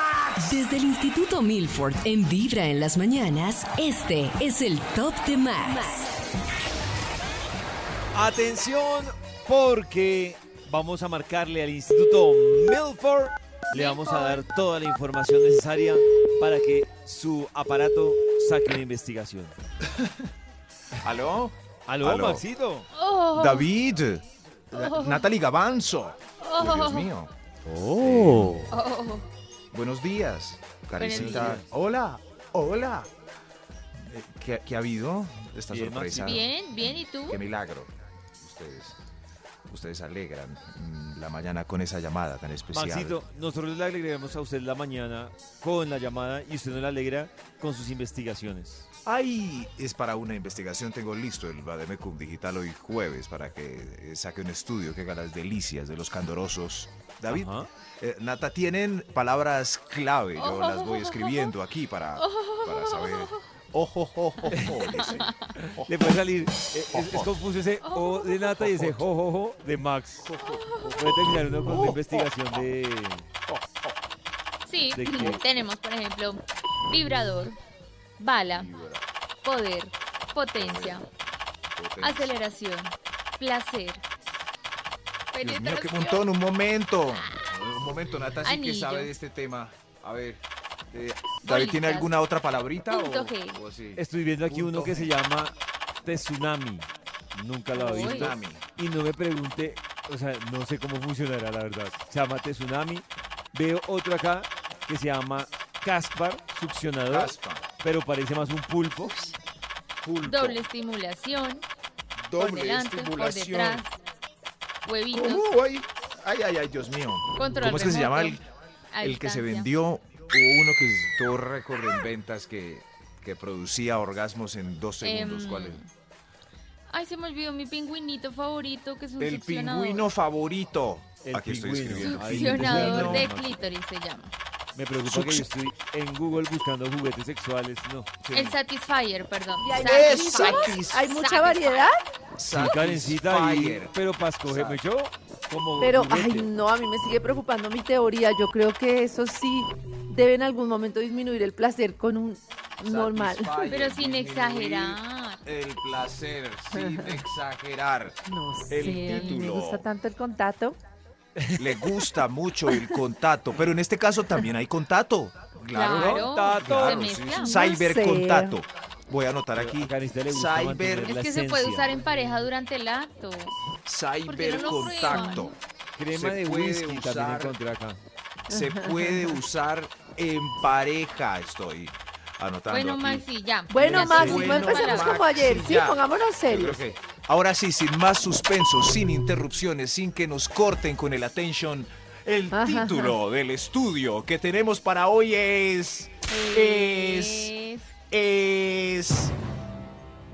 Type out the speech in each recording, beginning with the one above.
Desde el Instituto Milford, en Vibra en las mañanas, este es el Top de Max. Atención, porque vamos a marcarle al Instituto Milford. Le vamos a dar toda la información necesaria para que su aparato saque una investigación. ¿Aló? ¿Aló, Aló. Maxito? Oh. David. Natalie Gavanzo. Oh. Uy, Dios mío. Oh. Buenos días. Carecita. días. Hola. Hola. Eh, ¿Qué, qué ha habido? Esta Bien, sorpresa. Bien, bien, ¿y tú? Qué milagro. Ustedes. Ustedes alegran mm, la mañana con esa llamada tan especial. Maxito, nosotros le alegraremos a usted la mañana con la llamada y usted nos la alegra con sus investigaciones. Ay, es para una investigación. Tengo listo el Bademecum Digital hoy jueves para que eh, saque un estudio que haga las delicias de los candorosos. David, Ajá. eh, Nata, tienen palabras clave. Yo las voy escribiendo aquí para, para saber. Ojo, ojo, ojo. dice. Le puede salir, eh, es, es confuso ese O de Nata y ese jojojo de Max. Puede terminar uno con una investigación de... Sí, ¿De qué? tenemos, por ejemplo, vibrador, bala, poder, potencia, aceleración, placer, Dios mío, qué penetración. montón. Un momento. Un momento, Nata, sí que Anillo. sabe de este tema. A ver. eh, David, ¿tiene Bolitas. alguna otra palabrita? o- Punto G. o sí? Estoy viendo aquí uno que se llama Tsunami. Nunca lo había Uy. visto. Tsunami. Y no me pregunte, o sea, no sé cómo funcionará la verdad. Se llama Tsunami. Veo otro acá que se llama Caspar, succionador, Caspa, pero parece más un pulpo. pulpo, Doble estimulación, por doble delante, por estimulación. detrás, huevitos, ¿Cómo? Ay, ay, ay, ay, Dios mío. control ¿Cómo es que se llama el, remoto, a el que se distancia. vendió? Hubo uno que tuvo récord en ventas que, que producía orgasmos en dos segundos. Em, ¿Cuál es? Ay, se me olvidó mi pingüinito favorito, que es un El succionador. pingüino favorito. El Aquí estoy pingüino. escribiendo. Ay, Succionador pingüino. de clítoris se llama. Me preocupa que yo estoy en Google buscando juguetes sexuales. No. El Satisfyer, perdón. Es Satisfyer. satis- Hay mucha Satisfyer. variedad, Sí, Karencita, y- Satisfyer. pero para escogerme yo, como pero juguete. ay no, a mí me sigue preocupando mi teoría. Yo creo que eso sí debe en algún momento disminuir el placer con un normal. Satisfyer, Pero sin disminuir exagerar. El placer, sin exagerar. No El sé, a mí me título. gusta tanto el contacto. Le gusta mucho el contacto, pero en este caso también hay contacto. Claro, ¿no? Claro, Tato. se Claro, sí, mezcla. sí. No Cyber sé. contacto. Voy a anotar aquí. A Karencita le gusta Cyber- mantener Es Es la que se puede esencia. usar en pareja durante el acto. Porque Cyber no lo contacto. Crema se de puede whisky también usar. encontré acá. Se puede usar en pareja. Estoy anotando. Bueno, aquí. Maxi, ya. Bueno, Ya Maxi, sé. no Bueno, empecemos Maxi, como ayer, sí, ya. pongámonos Yo creo serios. que- Ahora sí, sin más suspenso, sin interrupciones, sin que nos corten con el attention. El Ajá. título del estudio que tenemos para hoy es. Eh, Es. Es... es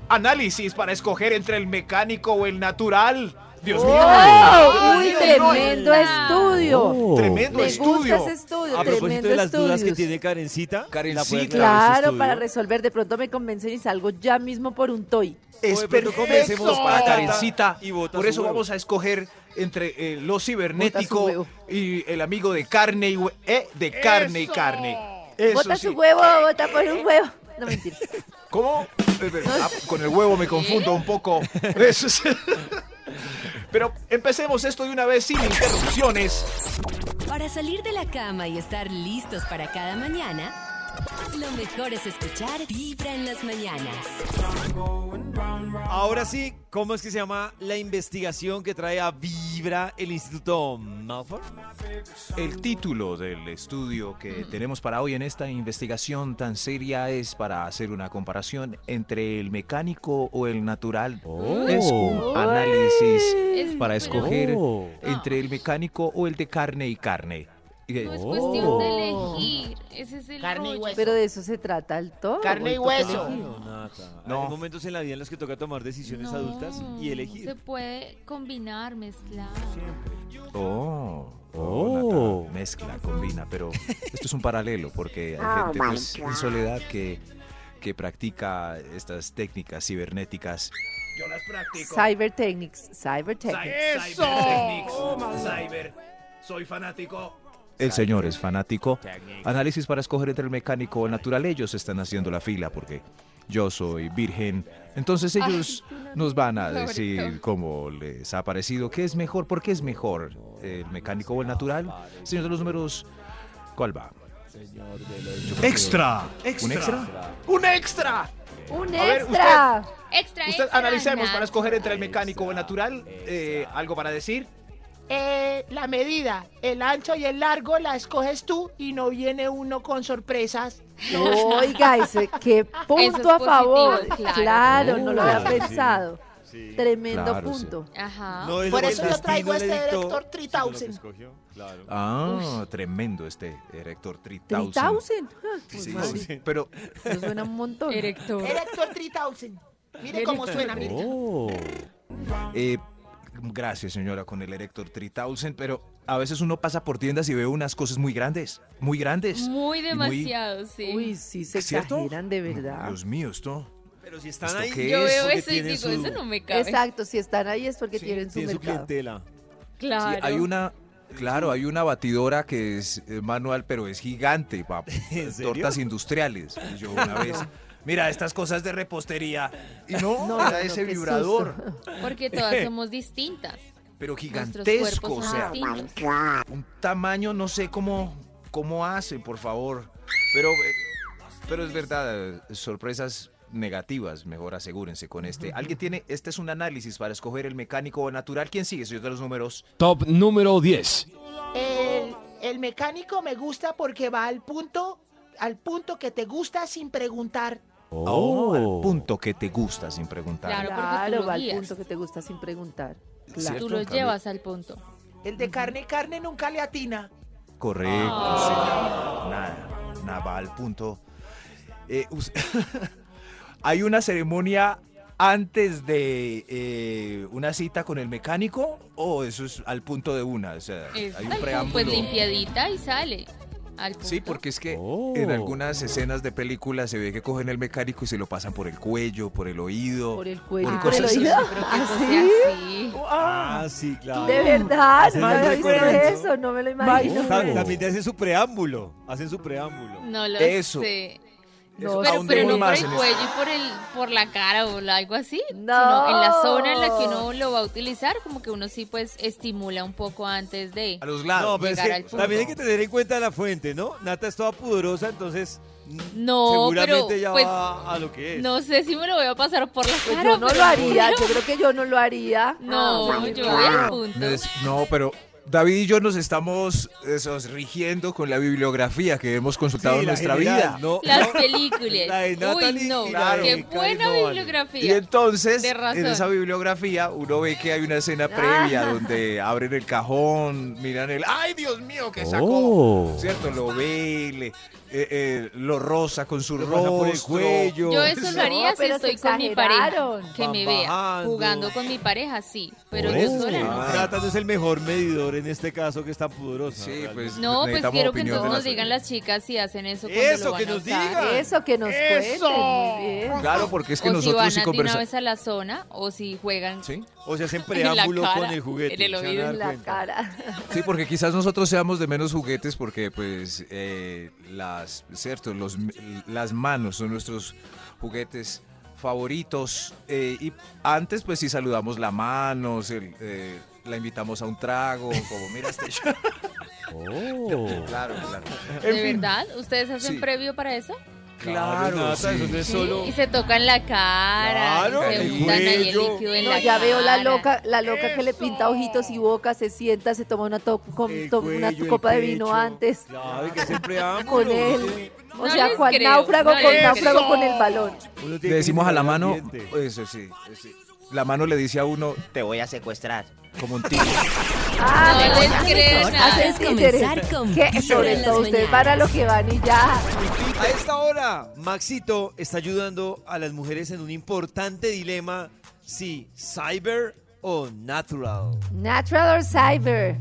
análisis para escoger entre el mecánico o el natural. Dios mío. ¡Oh! ¡Uy, Dios mío, tremendo Nora. estudio! Tremendo Me gusta estudio. ese estudio, A propósito tremendo de las dudas que estudios. tiene Karencita, la puede Karencita. aclarar en su Claro, estudio. para resolver, de pronto me convencen y salgo ya mismo por un toy. Es Oye, pero perfecto. comencemos para Karencita. y vota Por su eso huevo. vamos a escoger entre eh, lo Vota su cibernético huevo. y el amigo de carne y hue- eh, de carne y carne. Eso Bota sí. su huevo, bota por un huevo. No mentira. ¿Cómo? Eh, pero, ah, con el huevo me confundo un poco. Eso es- Pero empecemos esto de una vez sin interrupciones. Para salir de la cama y estar listos para cada mañana, lo mejor es escuchar Vibra en las mañanas. Ahora sí, ¿cómo es que se llama la investigación que trae a Vibra el Instituto Malfoy? El título del estudio que Mm. tenemos para hoy en esta investigación tan seria es para hacer una comparación entre el mecánico o el natural. Es un análisis Es- para pero- escoger Oh. entre el mecánico o el de carne y carne. Y que- No es Oh. cuestión de Oh. elegir. Ese es el Carne y rollo. hueso. Pero de eso se trata el todo. Carne y hueso. Claro, Nata. No. Ah, Hay momentos en la vida en los que toca tomar decisiones No, adultas y Se elegir. puede combinar, mezclar. Oh, Oh. Nata, mezcla, combina, pero esto es un paralelo porque Ah, hay gente pues, en soledad que, que practica estas técnicas cibernéticas. Yo las practico. Cyber Technics, Cyber Technics. ¡Eso! Oh, Cyber, soy fanático. El señor es fanático. Análisis para escoger entre el mecánico o el natural. Ellos están haciendo la fila porque yo soy virgen. Entonces Ay, ellos tú no- nos van a Sobre decir todo. cómo les ha parecido, qué es mejor, por qué es mejor el mecánico o el natural. Señor de los números, ¿cuál va? Extra. ¿Un extra? ¡Un extra! ¡Un A ver, extra! Extra, Usted extra, analicemos para Nat. escoger entre el mecánico o el natural. Eh, ¿Algo para decir? Eh, la medida, el ancho y el largo la escoges tú y no viene uno con sorpresas. Oiga, ese, qué punto positivo, a favor. claro. Claro, no lo había Claro, sí. pensado. Tremendo Claro, sí. punto. Ajá. No es Por lo que eso el yo traigo Pues destino le este dictó, Director sino lo que 3000. escogió. Claro. Ah, tremendo este Erector 3000. 3000. Ah, pues Sí, madre, sí, Pero eso suena un montón. Erector 3000. Mire cómo suena, mire. Oh. Eh, gracias, señora, con el Erector 3000, pero a veces uno pasa por tiendas y ve unas cosas muy grandes, muy grandes. Muy Y demasiado, sí. Uy, sí, se ¿Cierto? Mm, exageran de verdad. Dios mío, esto. Pero si están ¿Esto ahí, qué Yo es? veo porque eso y tiene digo, su- eso no me cabe. Exacto, si están ahí es porque tienen su Tiene su mercado. clientela. Sí, Claro. hay una. Claro, hay una batidora que es eh, manual, pero es gigante para ¿En serio? tortas industriales. Y yo una vez, mira, estas cosas de repostería. Y no, No, era no, no, ese qué vibrador, Porque todas somos distintas. pero Nuestros gigantesco, o cuerpos sea, ah, son distintos. un tamaño, no sé cómo, cómo hace, por favor. Pero, eh, pero es verdad, eh, sorpresas negativas, mejor asegúrense con este. ¿Alguien tiene? Este es un análisis para escoger el mecánico o natural. ¿Quién sigue? Señor de los números. Top número 10. El, el mecánico me gusta porque va al punto, al punto que te gusta sin preguntar. Oh, Ah, al punto que te gusta, sin preguntar. Claro, porque tú Claro, lo va al guías. punto que te gusta sin preguntar. ¿Cierto? Claro. Tú los Cambio. llevas al punto. El de carne y carne nunca le atina. Correcto, Ah. sí. Nada, nada, va al punto. Eh, us- ¿Hay una ceremonia antes de eh, una cita con el mecánico o eso es al punto de una? O sea, Es- hay un ay, pues preámbulo. limpiadita y sale. Al punto. Sí, porque es que Oh. en algunas escenas de películas se ve que cogen al mecánico y se lo pasan por el cuello, por el oído. Por el cuello, Ah, Por por el cosas oído. así. O ¿Así? sea, sí. Ah, sí, claro. De verdad, Hacen no el había visto recuerdo. eso, no me lo imagino. Ta- También te hacen su preámbulo. Hacen su preámbulo. No lo Eso. sé. Eso, ¿a Pero, dónde pero voy no por más el en cuello y por, el, por la cara o la- algo así. No. Sino en la zona en la que uno lo va a utilizar, como que uno sí pues estimula un poco antes de... A los No, lados. pero es Llegar que al punto. también hay que tener en cuenta la fuente, ¿no? Nata es toda pudorosa, entonces mm, No, seguramente pero ya pues va a lo que es. no sé si me lo voy a pasar por la Pues cara. yo no pero lo haría, bueno. yo creo que yo no lo haría. No, Ah, yo voy al claro. punto. Nes- No, pero David y yo nos estamos esos, rigiendo con la bibliografía que hemos Sí, consultado en la nuestra general, vida. no- Las no. películas. La de Natalie Uy, y no. la de Qué Karen buena Nolan. Y bibliografía. entonces, De razón. Ah. en esa bibliografía, uno ve que hay una escena previa donde abren el cajón, miran el, ¡ay, Dios mío, que sacó! Oh. ¿Cierto? Lo ve, le- eh, eh, lo rosa con su Lo pasa rostro. por el cuello. Yo eso lo No, haría si pero estoy se con mi pareja. exageraron. Que me Van vea bajando. jugando con mi pareja, sí. Pero Por yo eso, sola no. Ah. Nata no es el mejor medidor en este caso que es tan pudorosa. Sí, realmente. pues, No, pues necesitamos quiero que opinión entonces de nos las- digan las chicas si hacen eso. cuando Eso, lo van que a nos usar. digan. Eso que nos cuenten, muy bien. Claro, porque es que o nosotros si sí van a de una conversamos. vez a la zona o si juegan. ¿Sí? O sea, hacen En la preámbulo cara, con el juguete. en el se van a oído, dar En la cuenta. cara. Sí, porque quizás nosotros seamos de menos juguetes porque, pues, eh, las, cierto, los, las manos son nuestros juguetes favoritos. eh, y antes, pues, sí saludamos la mano, se- eh, la invitamos a un trago, como, mira este show". Claro, claro. ¿De verdad? ¿Ustedes hacen Sí. previo para eso? Claro, Nata, eso no es solo. Y se tocan la cara. Claro, y se el untan ahí el cuello. líquido en No, la ya veo la cara. loca, la loca que le pinta ojitos y boca, se sienta, se toma una, to- com- El toma una cuello, el copa de vino pecho. antes Claro, y que hacen preámbulo. con uno él. tiene- O No sea, les cual creo, náufrago no con les náufrago creo. con el balón. uno tiene Le que decimos a la mirar el mano, ambiente. eso sí, sí. la mano le dice a uno Te voy a secuestrar. como un tigre. Ah, No les creo Mejor nada. es comenzar con que Vibra sobre en las todo ustedes mañanas. van a lo que van y ya. A esta hora, Maxito está ayudando a las mujeres en un importante dilema, si cyber o natural. Natural or Cyber.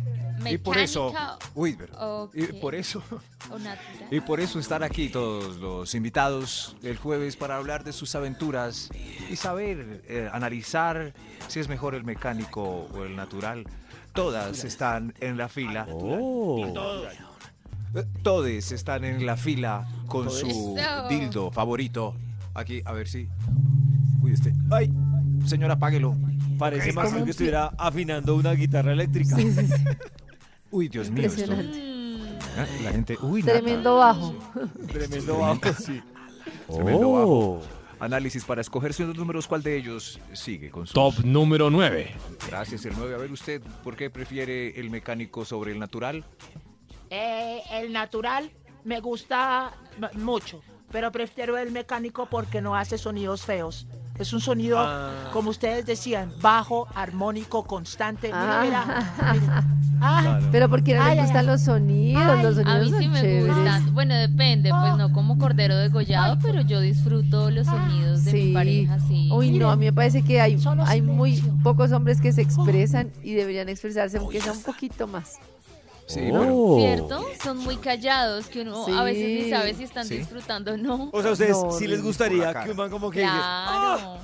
Y por eso, Mecánica uy, pero- Ok. y por eso, o natural. y por eso están aquí todos los invitados el jueves para hablar de sus aventuras y saber eh, analizar si es mejor el mecánico o el natural. Todas están en la fila. Eh, Todes están en la fila con su Eso. dildo favorito. Aquí, a ver si. Uy, este. ¡Ay! Señora, apáguelo. Parece más que estuviera afinando una guitarra eléctrica. Uy, Dios mío, esto. Impresionante. Mm, Ah, La gente. Uy, Nata. Tremendo bajo. Tremendo bajo, sí. Tremendo bajo. Análisis para escoger sus números, ¿cuál de ellos sigue con su Top número 9. Gracias, el 9. A ver usted, ¿por qué prefiere el mecánico sobre el natural? Eh, el natural me gusta m- mucho, pero prefiero el mecánico porque no hace sonidos feos. Es un sonido, Ah. como ustedes decían, bajo, armónico, constante. Mira, Ah. mira, mira. Ah, Pero porque no Ay, les ay, gustan ay. los sonidos, Ay, los A sonidos mí sí son me chéveres. gustan. Bueno, depende, pues no como cordero degollado, pero yo disfruto los sonidos de mi pareja, sí. Uy, no, a mí me parece que hay, Solo hay muy silencio. pocos hombres que se expresan y deberían expresarse aunque sea un poquito más. Sí, Oh. Oh. ¿Cierto? Son muy callados, que uno a veces ni Sí. sabe si están Sí. disfrutando o no. O sea, ustedes No, sí no, les gustaría cara. que un man como que... Ah. Claro.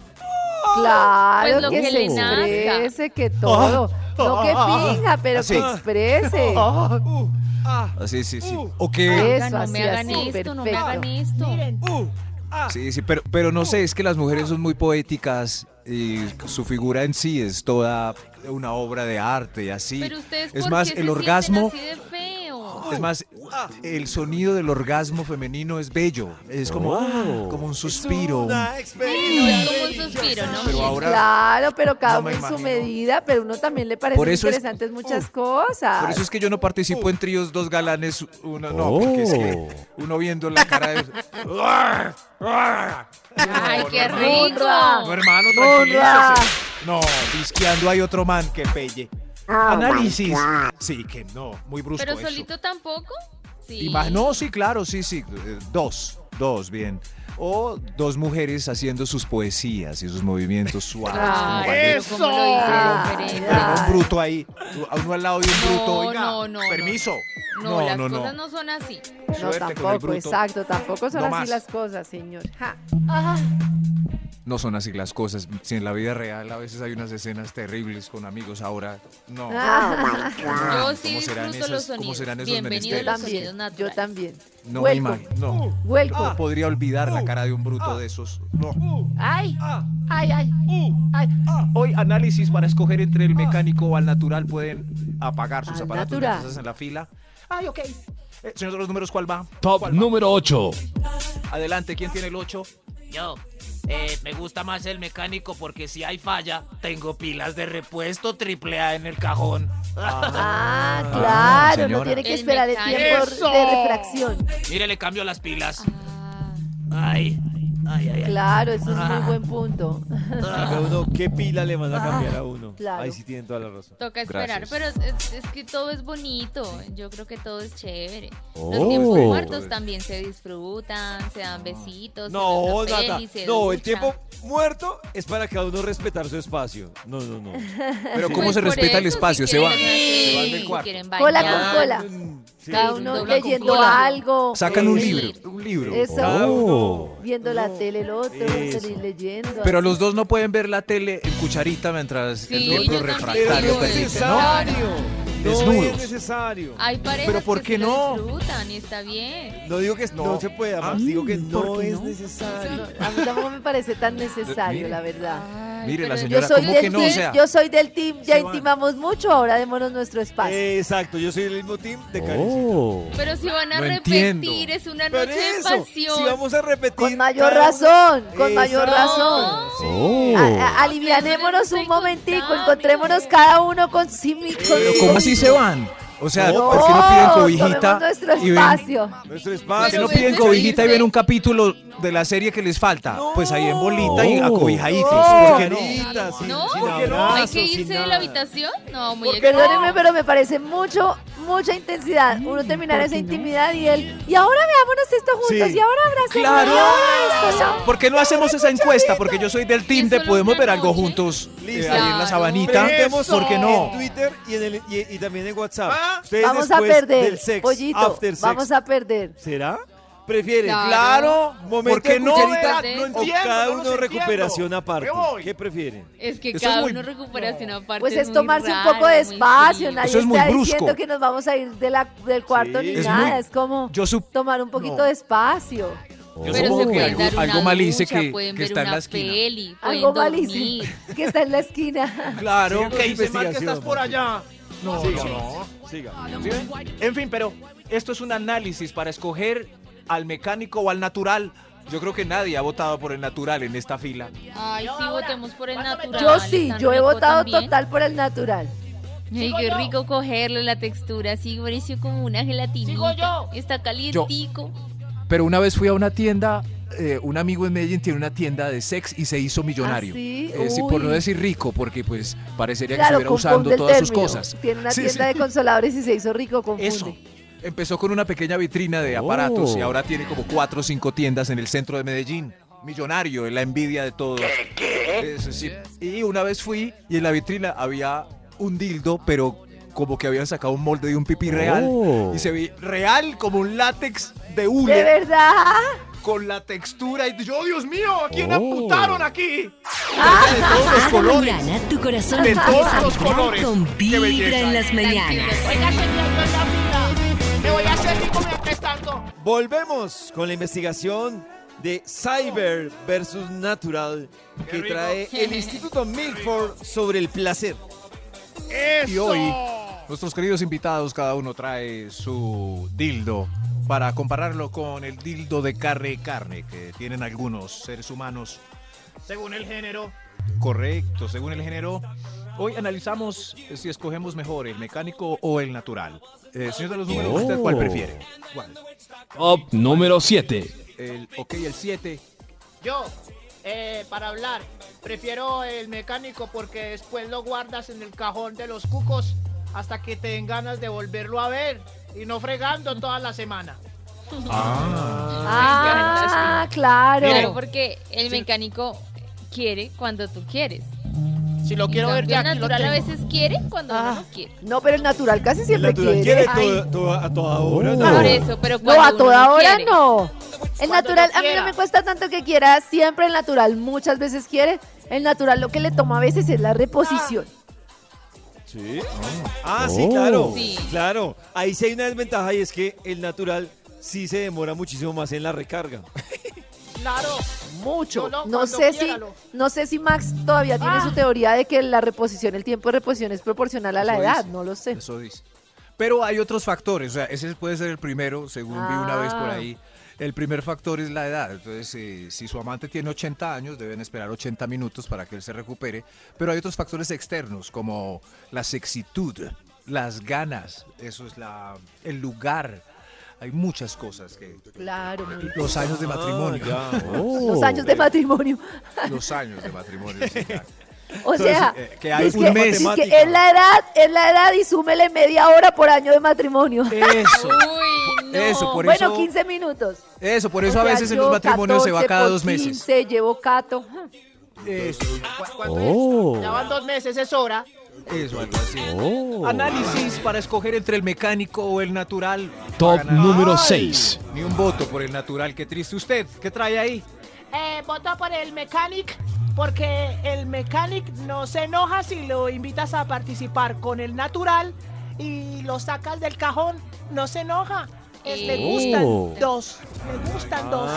Claro, Pues lo que, que se le nazca. exprese, que todo. Ah. No que pinga, pero Así. que exprese. Ah, uh, ah, Así, sí, sí. Uh. ¿O qué? Eso, no me así, hagan así, esto, no me perfecto. hagan esto. miren. uh, ah. Sí, sí, pero, pero no sé, es que las mujeres son muy poéticas y su figura en sí es toda una obra de arte y así. Pero ustedes, es ¿por más, qué el se orgasmo, sienten así de feo? es más, el sonido del orgasmo femenino es bello. Es como, ah, como un suspiro. Una No experiencia es como un religiosa. suspiro, ¿no? Pero ahora- Pues Claro, pero cada No uno me en su imagino. medida, pero uno también le parece Por eso es- uh, interesantes muchas cosas. Por eso es que yo no participo en tríos, dos galanes, uno no, porque es que uno viendo la cara de... Ay, qué no, rico. no, No, hermano, ¡Burra! tranquilízate. No, disqueando hay otro man que pelle. Análisis. Sí, que no, muy brusco Pero eso. solito tampoco. Sí. Y más, no, sí, claro, sí, sí, eh, dos, dos, bien. O dos mujeres haciendo sus poesías y sus movimientos suaves. como Ay, cualquier- Ah, eso. Ah, Como lo hice Ay, diferente. pero no un bruto ahí, a uno al lado de un No, bruto, oiga, no, no, no. permiso. No, las cosas no son así. No, Suerte con el tampoco, bruto. exacto, tampoco son No así más. las cosas, señor. Ja. No son así las cosas. Si en la vida real a veces hay unas escenas terribles con amigos ahora, no. Ah. Ah, Yo ¿Cómo sí serán disfruto los esas- cómo sonidos. serán esos Bienvenido Yo los menesteres? sonidos también, yo naturales. también. No me Welcome, imagino. No. welcome. No podría olvidar la cara de un bruto de esos. No. Ay, ay, ay, ay. Hoy análisis para escoger entre el mecánico o al natural pueden apagar sus Al aparatos natural. mientras hacen la fila. Ay, ok. Eh, señor de los números, ¿cuál va? Top número 8. Adelante, ¿quién tiene el 8? Yo, eh, me gusta más el mecánico porque si hay falla, tengo pilas de repuesto triple A en el cajón. Ah, claro, no señora. tiene que El esperar el mecánico. tiempo ¡Eso! de refracción. Mire, le cambio las pilas. Ay, ay, ay. ay. Claro, eso es Ah. muy buen punto. Diga uno, ¿qué pila le van a cambiar a uno? claro. Ahí sí tienen toda la razón. Toca esperar, Gracias. pero es, es que todo es bonito. Yo creo que todo es chévere. Los tiempos Oh. muertos también se disfrutan, se dan besitos. se No, ven la Nata, peli, se no, el duchan. tiempo muerto es para cada uno respetar su espacio. No, no, no. Pero Pues ¿cómo se por respeta el eso, si espacio? se quieren va. hacer, Se van del si cuarto. quieren Cola bailar. con cola. Sí. Cada uno Dobla con leyendo cola. algo. Sacan un Sí. libro, un libro. Eso. Cada uno. Oh. Viendo la tele el otro, Eso. salir leyendo. Pero los dos no pueden ver la tele en cucharita mientras Sí, el yo otro también refractario digo permite, eso. ¿no? No es Desnudos. Ah, necesario. Hay parejas Pero ¿por que qué sí lo no? disfrutan y está bien. No digo que no, No. se pueda, Ah, Max, digo que ¿por no qué es no? necesario. A mí tampoco me parece tan necesario, Mire. la verdad. Ay, Mire, la pero Yo señora, soy, ¿cómo del que no? O team, sea, yo soy del team, ya se van. intimamos mucho, ahora démonos nuestro espacio. Exacto, yo soy el mismo team de Oh. Karen. Pero si van a No repetir, entiendo. es una Pero noche de eso, pasión. si vamos a repetir. Con mayor cada uno- razón, con mayor razón. No. Oh. Eh, A- a- alivianémonos Pero no un estoy momentico, contando, encontrémonos mire. cada uno con sí mi- con- ¿Pero cómo así se van? O sea, No, ¿por qué no piden cobijita tomemos nuestro y ven, espacio. Nuestro ¿por qué espacio. no Pero piden es cobijita y ven irse. un capítulo de la serie que les falta? Pues ahí en bolita y No. acobijaditos. No. ¿Por qué no? Carita, sin- ¿No? sin ¿Por qué no? abrazo, ¿Hay que sin irse de la nada. habitación? No, muy Perdónenme, pero me parece mucho, mucha intensidad. Uno terminar esa intimidad y él. Y ahora veámonos esto juntos. Sí. Y ahora abracémonos. Claro. Y ahora esto. ¿no? ¿Por qué no hacemos esa encuesta? Porque yo soy del team Eso de no podemos es ver una algo noche. juntos eh, Listo. ahí en la Claro. sabanita. Preguntemos ¿Por qué no? En Twitter y, en el- y- y también en WhatsApp. Ah. Ustedes Vamos a después perder. del sex, Pollito, after sex, vamos a perder. ¿Será? ¿Prefieren? Claro. Claro, Momento ¿por qué de no? cucharita, No o entiendo, cada no los uno recuperación entiendo. aparte. Me voy. ¿Qué prefieren? Es que Eso es cada muy- uno recuperación aparte. Pues es muy tomarse un poco raro, de muy espacio. frío. Nadie Eso es muy está brusco. diciendo que nos vamos a ir de la, del cuarto Sí. ni Es nada. muy- Es como Yo sup- tomar un poquito No. de espacio. Yo Pero supongo se que pueden algo, dar una algo mal hice ducha, que, pueden que ver está en una la esquina. peli, pueden Algo mal hice, dormir. que está en la esquina. Claro, Sigan ¿Qué con hice mal que estás investigación, por allá? No, Siga, no. siga. ¿sí ven? En fin, pero esto es un análisis para escoger al mecánico o al natural. Yo creo que nadie ha votado por el natural en esta fila. Ay, Yo sí, ahora, votemos por el ¿cuándo me natural. Yo sí, tan yo he rico votado también. total por el natural. Ay, Sigo qué yo. rico cogerlo, la textura, sí, pareció como una gelatina. Sigo yo. Está calientico. Pero una vez fui a una tienda, eh, un amigo en Medellín tiene una tienda de sex y se hizo millonario. ¿Ah, sí? Eh, sí, por no Uy. decir rico, porque pues parecería que Claro, estuviera usando confunde el todas sus término. cosas. Tiene una Sí, tienda sí. de consoladores y se hizo rico, confunde. Eso. Empezó con una pequeña vitrina de aparatos y ahora tiene como cuatro o cinco tiendas en el centro de Medellín. Millonario, en la envidia de todos. Eso sí. Y una vez fui y en la vitrina había un dildo, pero como que habían sacado un molde de un pipí real y se vi real como un látex de hule De verdad. con la textura y yo, Dios mío, ¿a quién ¡Apuntaron aquí! de todos los Cada colores? mañana tu corazón De empieza todos a los vibrar colores. con Qué belleza. vibra en las mañanas. Oiga, señor, yo en la fila. Me voy a hacer rico mientras tanto. Volvemos con la investigación de Cyber versus Natural que trae el Instituto Milford sobre el placer. Y hoy, nuestros queridos invitados, cada uno trae su dildo para compararlo con el dildo de carne y carne que tienen algunos seres humanos. Según el género. Correcto, según el género. Hoy analizamos si escogemos mejor el mecánico o el natural. Eh, señor de los números, ¿usted cuál Oh. prefiere? Top número 7. El, ok, el 7. Yo, eh, para hablar, prefiero el mecánico porque después lo guardas en el cajón de los cucos hasta que te den ganas de volverlo a ver y no fregando toda la semana. Ah, claro. Claro, porque el mecánico quiere cuando tú quieres. Si lo quiero En ver cambio, ya, el aquí lo natural a tengo. veces quiere cuando Ah. uno no quiere. No, pero el natural casi siempre natural quiere. todo- todo- a toda Oh. hora. Por eso, pero No, cuando a uno toda no hora quiere. no. El Cuando natural, yo a mí no quiera. me cuesta tanto que quiera, siempre el natural, muchas veces quiere. El natural lo que le toma a veces es la reposición. Sí. Ah, sí, claro. Sí. Claro. Ahí sí hay una desventaja y es que el natural sí se demora muchísimo más en la recarga. Claro, Mucho. Yo no, No cuando sé si, quiera lo- no sé si Max todavía tiene su teoría de que la reposición, el tiempo de reposición es proporcional a la Eso edad, dice. no lo sé. Eso dice. Pero hay otros factores, o sea, ese puede ser el primero, según vi una vez por Ah. ahí. El primer factor es la edad, entonces eh, si su amante tiene 80 años, deben esperar 80 minutos para que él se recupere, pero hay otros factores externos como la sexitud, las ganas, eso es la, el lugar, hay muchas cosas que... Claro, muy bien. Los años de matrimonio. Ah, ya. los años de matrimonio. Los años de matrimonio. sí, claro. O Entonces, sea, eh, que hay es un que- mes. es que es la edad, es la edad y súmele media hora por año de matrimonio. Eso, Uy, no. Eso, por bueno, eso- 15 minutos. eso, por eso O a sea, veces en yo los matrimonios se va 14 cada por dos meses. 15, llevo cato. Eso. ¿cu- ¿cuánto es? Ya van dos meses, es hora. Eso, algo así. Oh. Análisis para escoger entre el mecánico o el natural. Top Para ganar. número Ay, 6. Ni un voto por el natural, qué triste usted. ¿Qué trae ahí? Eh, voto por el mecánico porque el mecánico no se enoja si lo invitas a participar con el natural y lo sacas del cajón, no se enoja. Es, Me gustan dos, me gustan dos.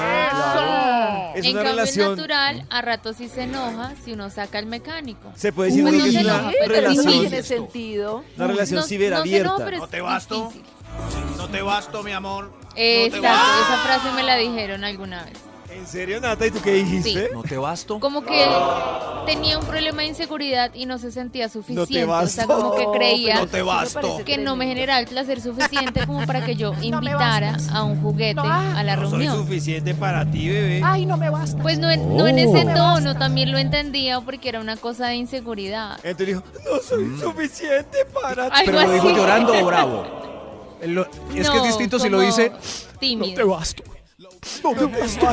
Es en una cambio, relación. el natural a rato sí se enoja si uno saca al mecánico. Se puede decir Pues uno no que se es una enoja, pero no relación, tiene sentido. una relación No- ciberabierta. No, se enoja, pero ¿No es te basto? difícil. No te basto, mi amor. Exacto, esa frase me la dijeron alguna vez. ¿En serio, Nata? ¿Y tú qué dijiste? ¿No te basto? Como que Ah. tenía un problema de inseguridad y no se sentía suficiente. o sea, bastó. como que creía No te basto. que no me generaba el placer suficiente como para que yo No me invitara a un juguete No, a la No soy reunión. suficiente para ti, bebé. Ay, no me basta. Pues no, en- no en ese Oh. tono, también lo entendía porque era una cosa de inseguridad. Entonces dijo, no soy suficiente para ti. Algo Pero lo dijo así. llorando o bravo. Lo- es que es No, distinto si lo como dice Tímido. basto. No te basto.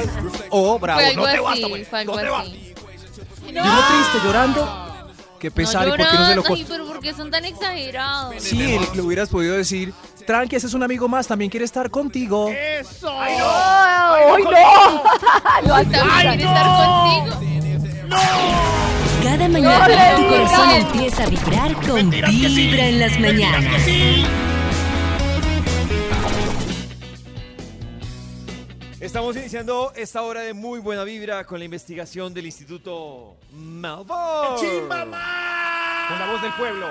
O bravo. Fue algo No te así, basto. pues. fue algo así. Dijo triste, llorando. Qué pesar. ¿Y por qué no se lo llorando, co- ay, pero ¿por qué son tan exagerados? Sí, le hubieras podido decir. Tranqui, ese es un amigo más, también quiere estar contigo. ¡Ay, no! Lo Pues También estar contigo. Cada mañana ¡No le tu corazón digas! empieza a vibrar con Vibra en las mañanas. Estamos iniciando esta hora de muy buena vibra con la investigación del Instituto Malfoy. Con la voz del pueblo.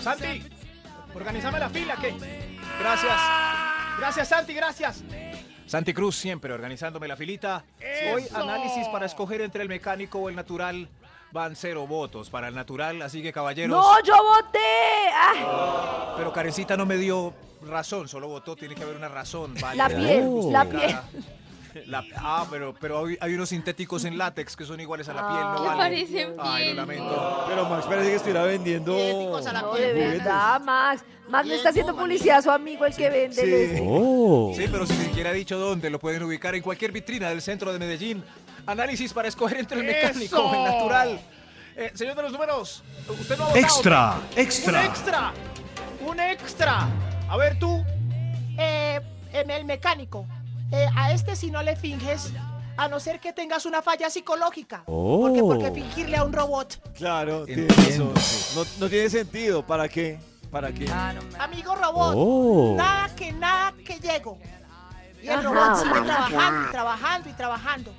Santi, organizame la fila, que. Gracias. Gracias, Santi, gracias. Santi Cruz siempre organizándome la filita. Hoy análisis para escoger entre el mecánico o el natural. Van cero votos para el natural, así que caballeros. ¡No, yo voté! Ah, Pero Karencita no me dio razón, solo votó, tiene que haber una razón. La piel, la piel. La- ah, pero, pero hay, hay unos sintéticos en látex que son iguales a la piel, Que no valen. parecen Ay, lo piel. lamento. Pero Max parece que estuviera vendiendo. Idénticos a la no, piel. de juguetes. verdad, Max. Max le está haciendo publicidad a su amigo, el que vende. Sí. los- Oh. Sí, pero si ni siquiera ha dicho dónde, lo pueden ubicar en cualquier vitrina del centro de Medellín. Análisis para escoger entre el mecánico o el natural. Eh, señor de los números, usted no ha votado. Extra, extra. Un extra. Un extra. A ver tú. Eh, en el mecánico. Eh, a este si no le finges, a no ser que tengas una falla psicológica. Porque ¿por qué fingirle a un robot? Claro, tiene Entiendo, razón. sí. No, no tiene sentido. ¿Para qué? ¿Para qué? Amigo robot, Oh. nada que nada que llego. Y el Ajá. robot sigue trabajando y trabajando y trabajando.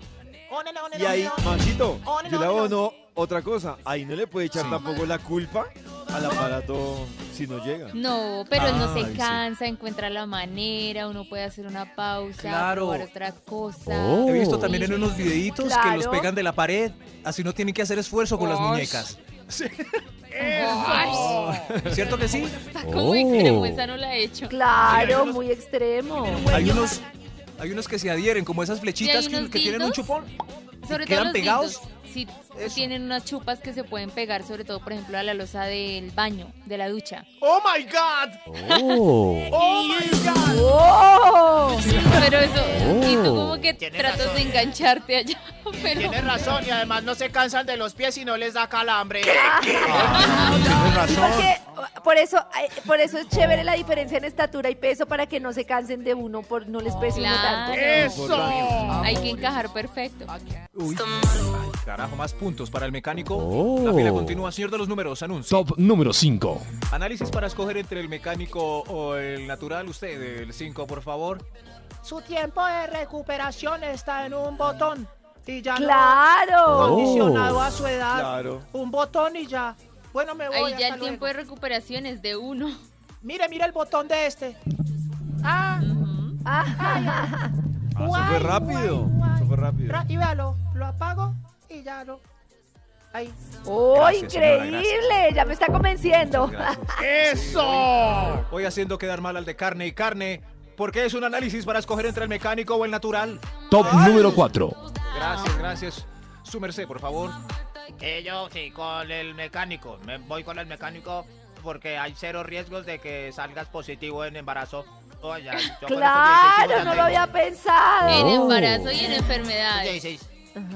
On and on and Y on ahí, and on. Maxito, Oh, no, yo le no, abono otra cosa. Ahí no le puede echar Sí. tampoco la culpa al aparato si no llega. No, pero él no Ay, se sí. cansa, encuentra la manera, uno puede hacer una pausa, Claro. probar otra cosa. He visto también en unos videitos que los Claro. pegan de la pared, así no tienen que hacer esfuerzo con las Gosh. muñecas. Sí, Ay, ¿Cierto que sí? Está Oh. como extremo, esa no la he hecho. Claro, muy extremo. Hay unos, hay unos que se adhieren, como esas flechitas que, unos que tienen un dildos. chupón. Sobre todo ¿Quedan los pegados? Si Eso. tienen unas chupas que se pueden pegar, sobre todo, por ejemplo, a la losa del baño, de la ducha. Oh my God. Oh my God. ¡Oh! Pero eso, y Oh. tú como que Tiene tratas razón. de engancharte allá, pero... Tienes razón y además no se cansan de los pies y no les da calambre. Tienes Y razón. porque, eh, por eso, ay, por eso es chévere la diferencia en estatura y peso para que no se cansen de uno, por no les pese uno tanto. Claro, Eso. hay que encajar perfecto. Uy. Ay, carajo, más puntos para el mecánico. La fila continúa, señor de los números, anuncio. Top número 5. Análisis para escoger entre el mecánico o el natural. Usted, el 5, por favor. Su tiempo de recuperación está en un botón. Y ya Ah, no- ¡Claro! condicionado a su edad. Oh. Claro. Un botón y ya. Bueno, me voy. Ahí ya hasta el tiempo de luego. recuperación es de uno. Mire, mire el botón de este. Ah, Ajá. Ah, eso guay, fue rápido. guay, guay. Eso fue rápido. Ra- Y véalo, lo apago y ya lo. Ahí. ¡Oh, Gracias, señora, increíble! Ya me está convenciendo. Eso. Voy haciendo quedar mal al de carne y carne. Porque es un análisis para escoger entre el mecánico o el natural. Top número 4. Gracias, Ah. gracias. Su merced, por favor. Eh, yo sí, con el mecánico. Me voy con el mecánico porque hay cero riesgos de que salgas positivo en embarazo. Oh, ya, yo con estos 16 ¡Claro! hijos ya No lo había En pensado. embarazo y en tengo. enfermedades. 16,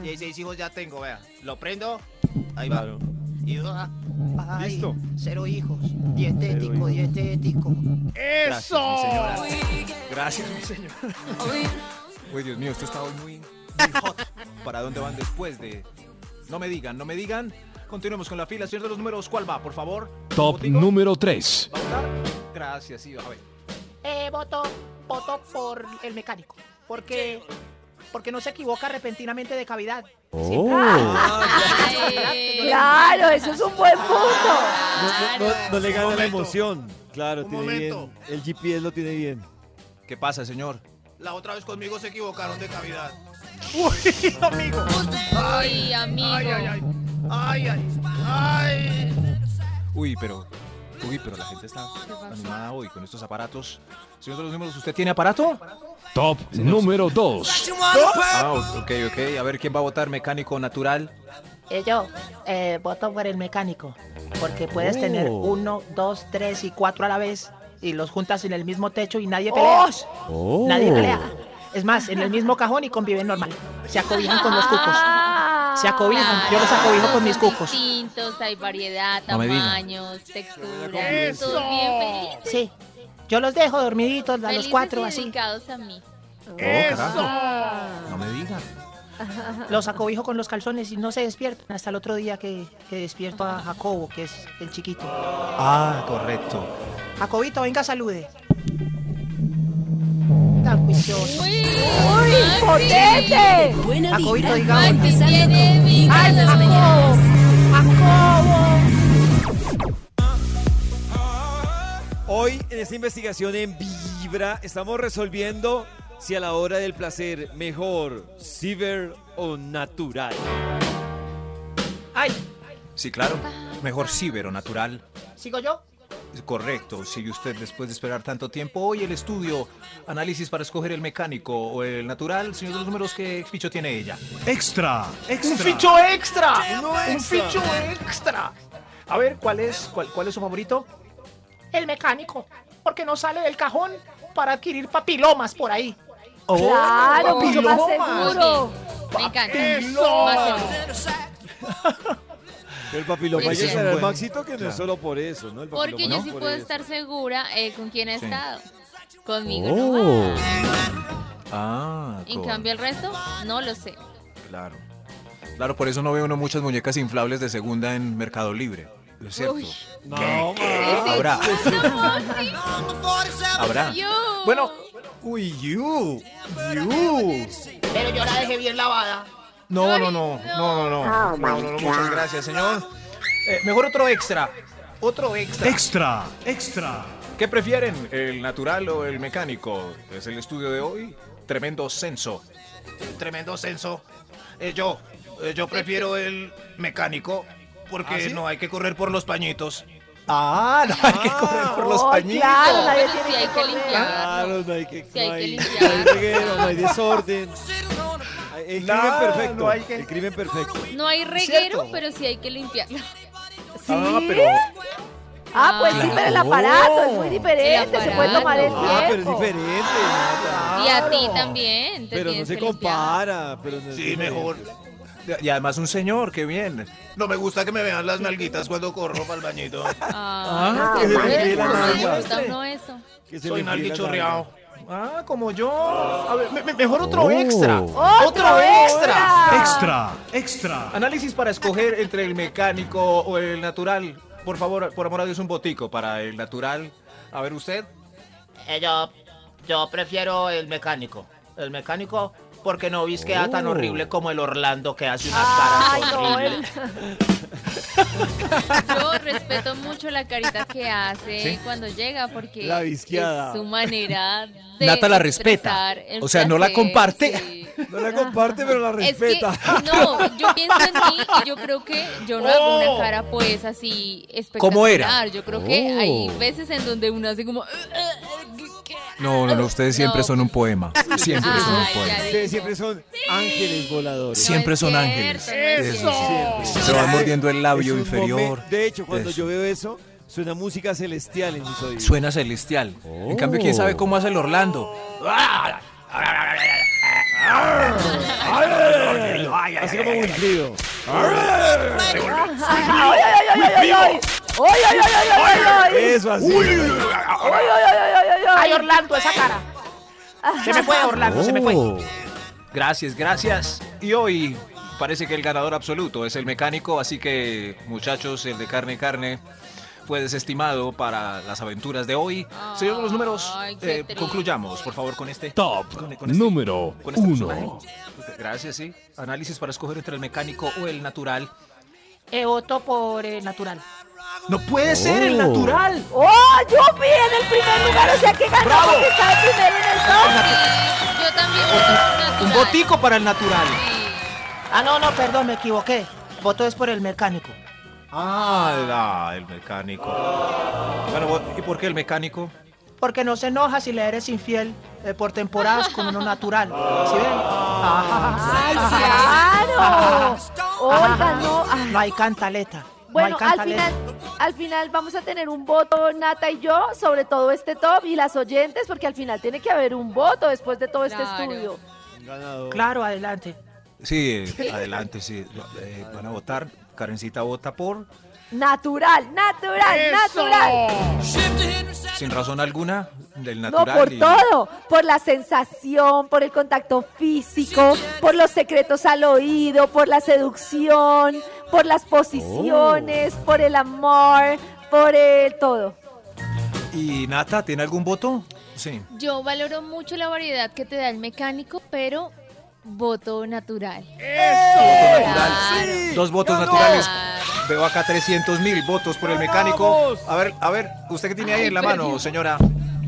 16 hijos ya tengo, vea. Lo prendo. Ahí va. Y, ah, ay, Listo. Cero hijos. este Dietético, hijos. dietético. Gracias, mi señora. Gracias, mi señora. Uy, Dios mío, esto está hoy muy, muy hot. ¿Para dónde van después de...? No me digan, no me digan. Continuemos con la fila. Señor de los números, ¿cuál va, por favor? Top ¿Botico? número 3. ¿Va a votar? Gracias, sí, a ver. Eh, voto, voto por el mecánico. Porque, porque no se equivoca repentinamente de cavidad. Oh. Ah. Ay, ¡Claro! Eso es un buen punto. No, no- no- no le gana la momento. emoción. Claro, Un tiene momento. bien. El GPS lo tiene bien. ¿Qué pasa, señor? La otra vez conmigo se equivocaron de cavidad. Uy, amigo. Uy, amigo. Ay, ay, ay. Ay, ay. Ay. Uy, pero. Uy, pero la gente está animada hoy con estos aparatos. Señor de los números, ¿usted tiene aparato? Top número 2. Ah, ok, ok. A ver quién va a votar, mecánico natural. Eh, yo eh, voto por el mecánico, porque puedes tener uno, dos, tres y cuatro a la vez y los juntas en el mismo techo y nadie pelea. Nadie Oh. pelea. Es más, en el mismo cajón y conviven normal. Se acobijan con los cucos. Se acobijan. Yo los acobijo con mis Todos son cucos. Distintos, hay variedad, No me diga. tamaños, texturas. Todos bien felices. Sí. Yo los dejo dormiditos a los Felices cuatro y así. dedicados a mí. Oh, carajo. No me diga. Los acobijo con los calzones y no se despiertan hasta el otro día que, que despierto a Jacobo, que es el chiquito. Ah, correcto. Jacobito, venga, salude. Tan juicioso. ¡Uy! ¡Uy, Maxi! potente! Buena Jacobo, vibra. digamos. Empezando Tiene con vibra ¡Ay, en las Jacobo! mañanas. ¡Jacobo! Hoy en esta investigación en Vibra estamos resolviendo si a la hora del placer mejor ciber o natural. ¡Ay! Sí, claro. Mejor ciber o natural. ¿Sigo yo? Correcto. Sigue usted después de esperar tanto tiempo. Hoy el estudio, análisis para escoger el mecánico o el natural. Señor de los números, ¿qué ficho tiene ella? Extra. ¡Un ficho extra! ¡Un ficho extra! A ver, ¿cuál es, cuál, cuál es su favorito? El mecánico, porque no sale del cajón para adquirir papilomas por ahí. Ah, Claro, mucho más Muy seguro. bien. Me encanta. Papiloma. Más seguro. El papiloma Porque- ya será el Maxito que no es solo por eso, ¿no? El papiloma Porque no yo es sí por puedo eso. estar segura eh, con quién ha Sí. estado. Conmigo no va. Ah, En cor- cambio el resto, no lo sé. Claro. Claro, por eso no veo uno muchas muñecas inflables de segunda en Mercado Libre. Es cierto. Uy. No, Habrá, habrá. Yo. Bueno, uy, you, you. Pero yo la dejé bien lavada. No, no, no, no, no, no. No, no, no, muchas gracias, señor. Eh, mejor otro extra. Otro extra. Extra. Extra. ¿Qué prefieren, el natural o el mecánico? Es el estudio de hoy. Tremendo censo. Tremendo censo. Eh, yo, eh, yo prefiero el mecánico porque no hay que correr por los pañitos. Ah, no hay que correr por los Ay, pañitos. Claro, Ah, Bueno, sí nadie tiene hay que correr. limpiar. Claro, no hay que. Sí, hay no que hay- limpiar. no hay reguero, no hay desorden. Hay- El crimen Nada, perfecto. no hay que- El crimen perfecto. No hay reguero, pero sí hay que limpiar. ¿Sí? Ah, pero Ah, pues sí, pero el aparato es muy este diferente. Se puede tomar el tiempo. Ah, pero es diferente. Nata. Y a ti también. te Pero no tienes se Ah, que limpiar. compara. Pero no es Sí, diferente. mejor. y además un señor, qué bien. No me gusta que me vean las nalguitas cuando corro para el bañito. Ah, que se ¿cómo enfríe le la nalga. gusta a uno eso? Que se le Soy enfríe nalgui la chorreado. Ah, como yo. A ver, me- me- Mejor Oh. otro extra. ¡Otro, extra! Extra. Extra. Análisis para escoger entre el mecánico o el natural. Por favor, por amor a Dios, un botico para el natural. A ver, usted. Eh, yo, yo prefiero el mecánico. El mecánico porque no visquea Oh. tan horrible como el Orlando que hace unas Ay, caras no, horribles. Yo respeto mucho la carita que hace cuando llega porque La visqueada. es su manera de Nata la respeta. expresar el O sea, no la placer, comparte. sí. No la comparte, pero la respeta. Es que, no, yo pienso en mí y yo creo que yo no hago Oh. una cara pues así espectacular. ¿Cómo era? Oh. Yo creo que hay veces en donde uno hace como... "Uh, No, no, no, ustedes siempre No. son un poema. Siempre son un Ay, poema. ya Ustedes dijo. siempre son ángeles voladores. No Siempre es son cierto, ángeles. no es Eso. cierto. Se van mordiendo el labio Es un inferior. momen- De hecho, cuando Eso. yo veo eso, suena música celestial en mis oídos. Suena celestial. En cambio, quién sabe cómo hace el Orlando. Así como un río. ¡Ay, ay, ay, ay, ay, ay! Eso así. ¡Ay, ay, ay, ay, ay, ay! Ay, Orlando, esa cara. Se me fue, Orlando, se me fue. Gracias, gracias. Y hoy parece que el ganador absoluto es el mecánico, así que muchachos, el de carne y carne fue desestimado para las aventuras de hoy. Señor, los números, Ay, qué eh, triste. concluyamos, por favor, con este. Top con- con este- número con este personaje. 1. Gracias, sí. Análisis para escoger entre el mecánico o el natural. Eh, voto por eh, natural. No Oh. puede ser el natural. ¡Oh, Yupi en el primer lugar! O sea, que ganó porque está primero en el top. Yo también soy natural. natural. Botico para el natural. Ah, no, no, perdón, me equivoqué. Voto es por el mecánico. Ah, la- el mecánico. Bueno, bo- ¿y por qué el mecánico? Porque no se enoja si le eres infiel eh, por temporadas como no natural. ¿Sí ven? Ajá. ¡Ay, claro! Oiga, no. ay. No hay cantaleta. Ah, no hay Bueno, al cantaleta. final, al final vamos a tener un voto, Nata y yo, sobre todo este top y las oyentes, porque al final tiene que haber un voto después de todo este Claro. estudio. Claro, adelante. Sí, eh, adelante, sí. Eh, van a votar. Karencita vota por, Natural, natural, natural. sin razón alguna, del No, natural. por y- todo, por la sensación, por el contacto físico, por los secretos al oído, por la seducción, por las posiciones, por el amor, por el todo. ¿Y Nata tiene algún voto? Sí. Yo valoro mucho la variedad que te da el mecánico, pero voto natural. ¡Eh! Voto natural. Claro. Dos votos Ganó. naturales. Veo acá 300 mil votos por el mecánico. A ver, a ver, ¿usted qué tiene ahí Ay, en la perdió. mano, señora?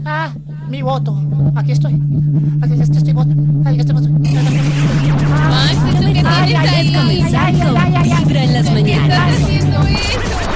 Ah, mi voto. Aquí estoy. Aquí estoy, estoy voto. Ahí estoy Ah. voto. Max, ¿eso que tienes ay, ahí? Vibra en las ¿Qué mañanas. estás haciendo eso?